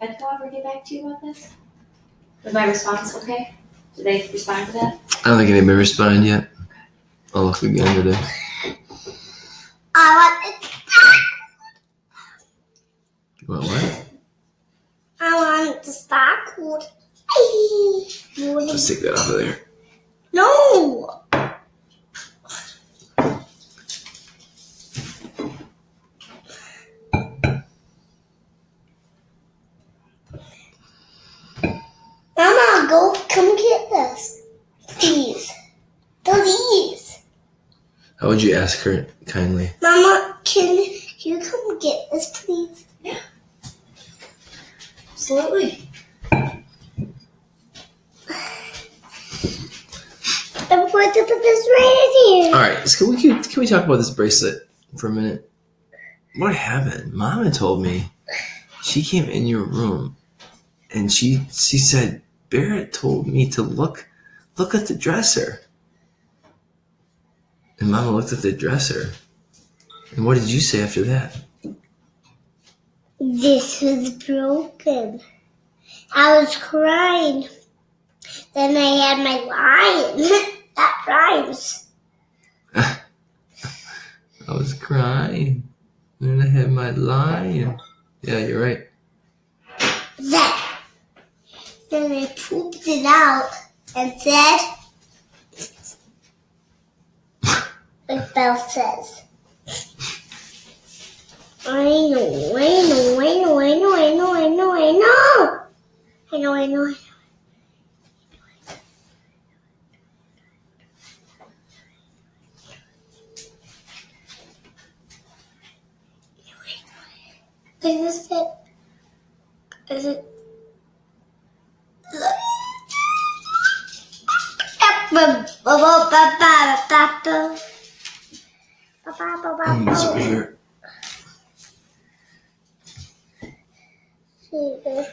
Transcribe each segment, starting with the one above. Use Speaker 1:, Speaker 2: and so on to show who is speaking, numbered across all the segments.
Speaker 1: Ed co-op or get back to you about this? Was my response okay? Did they respond to that?
Speaker 2: I don't think anybody responded yet. I'll look again today.
Speaker 3: I want it.
Speaker 2: What? What?
Speaker 3: I want the star code.
Speaker 2: Let's take that off of there.
Speaker 3: No. Mama, go come get this. Please. Please.
Speaker 2: How would you ask her kindly?
Speaker 3: Mama, can you come get this, please?
Speaker 1: Absolutely.
Speaker 3: I'm going to put this right in
Speaker 2: All
Speaker 3: here.
Speaker 2: right. So can we can, can we talk about this bracelet for a minute? What happened? Mama told me she came in your room, and she she said Barrett told me to look look at the dresser. And Mama looked at the dresser. And what did you say after that?
Speaker 3: This is broken. I was crying. Then I had my lion. that rhymes.
Speaker 2: I was crying. Then I had my lion. Yeah, you're right.
Speaker 3: Then, then I pooped it out and said, like Belle says. I know, I know, I know, I know, I know, I know, I know. I know, I know, I know. Is this it? Is it?
Speaker 2: I'm gonna zip here.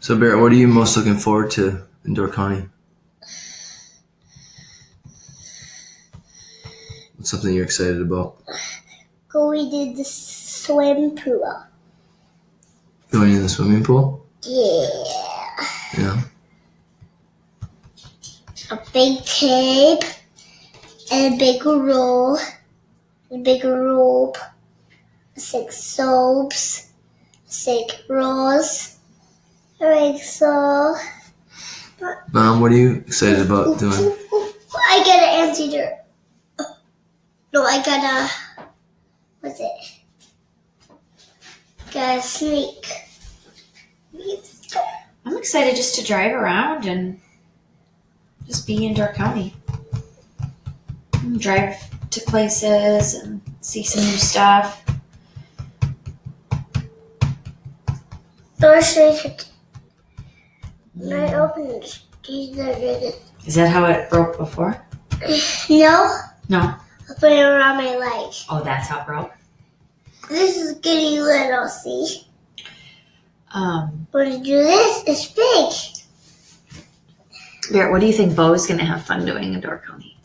Speaker 2: So Barrett, what are you most looking forward to in Door County? What's something you're excited about?
Speaker 3: Going to the swim pool.
Speaker 2: Going in the swimming pool?
Speaker 3: Yeah.
Speaker 2: Yeah.
Speaker 3: A big tape and a big roll. A big rope. Six soaps. Six rolls. A big soul.
Speaker 2: Mom, what are you excited about doing?
Speaker 3: I got an anteater. No, I got a. What's it? Got a snake.
Speaker 1: I'm excited just to drive around and just be in Door County. And Drive to places and see some new stuff.
Speaker 3: Door snake. When I opened it, these are the-
Speaker 1: Is that how it broke before?
Speaker 3: No,
Speaker 1: No.
Speaker 3: I put it around my leg.
Speaker 1: Oh, that's how it broke.
Speaker 3: This is getting little, see?
Speaker 1: Um,
Speaker 3: When you do this, it's big.
Speaker 1: Barrett, what do you think Bo's gonna have fun doing in Door County?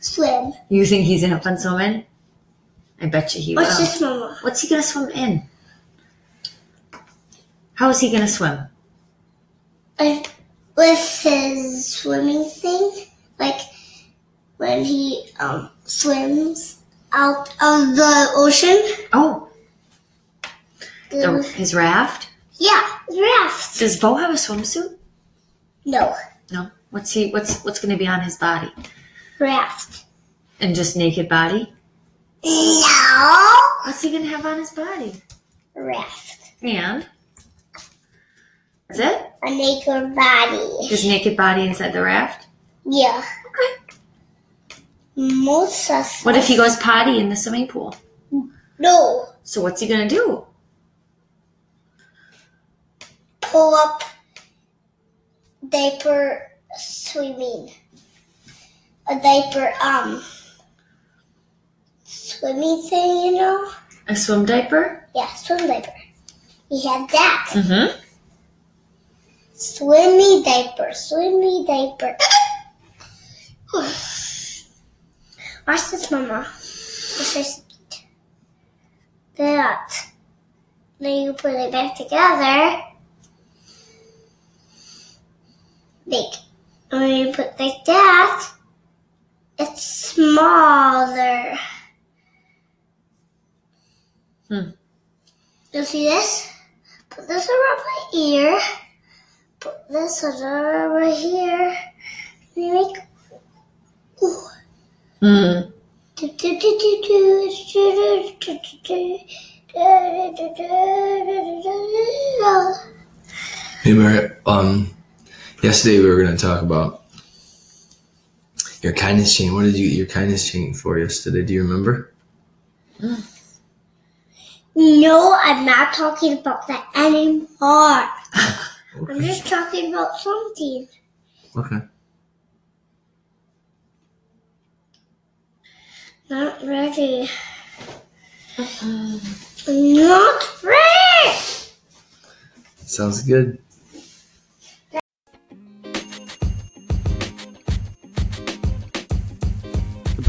Speaker 3: Swim.
Speaker 1: You think he's gonna have fun swimming? I bet you he will.
Speaker 3: What's this, Mama?
Speaker 1: What's he gonna swim in? How is he gonna swim?
Speaker 3: I- with his swimming thing, like when he um swims out of the ocean.
Speaker 1: Oh, the,
Speaker 3: then-
Speaker 1: his raft.
Speaker 3: yeah, raft.
Speaker 1: Does Bo have a swimsuit?
Speaker 3: No,
Speaker 1: No. What's he? What's what's gonna be on his body?
Speaker 3: raft.
Speaker 1: And just naked body?
Speaker 3: No,
Speaker 1: What's he gonna have on his body?
Speaker 3: raft.
Speaker 1: And that's it.
Speaker 3: A naked body.
Speaker 1: His naked body inside the raft.
Speaker 3: Yeah.
Speaker 1: Okay.
Speaker 3: Most sus-
Speaker 1: What if he goes potty in the swimming pool?
Speaker 3: No.
Speaker 1: So what's he gonna do?
Speaker 3: pull up diaper swimming. A diaper um swimming thing, you know?
Speaker 1: A swim diaper?
Speaker 3: Yeah, swim diaper. We had that.
Speaker 1: Mm-hmm.
Speaker 3: Swimmy diaper, swimmy diaper. Watch this, Mama. This is that. Then you put it back together. Like, when you put like that, it's smaller.
Speaker 1: Hmm.
Speaker 3: You see this? Put this around my ear. Put this around here. We make. Ooh.
Speaker 1: Mm.
Speaker 3: Do, do, do, do, do, do, do, do, do, do, do, do, do, do, do.
Speaker 2: Hey, Mary. Um, yesterday we were going to talk about your kindness chain. What did you get your kindness chain for yesterday? Do you remember?
Speaker 3: No, I'm not talking about that anymore. I'm just talking about something.
Speaker 2: Okay.
Speaker 3: Not ready. I'm not ready.
Speaker 2: Sounds good.
Speaker 4: The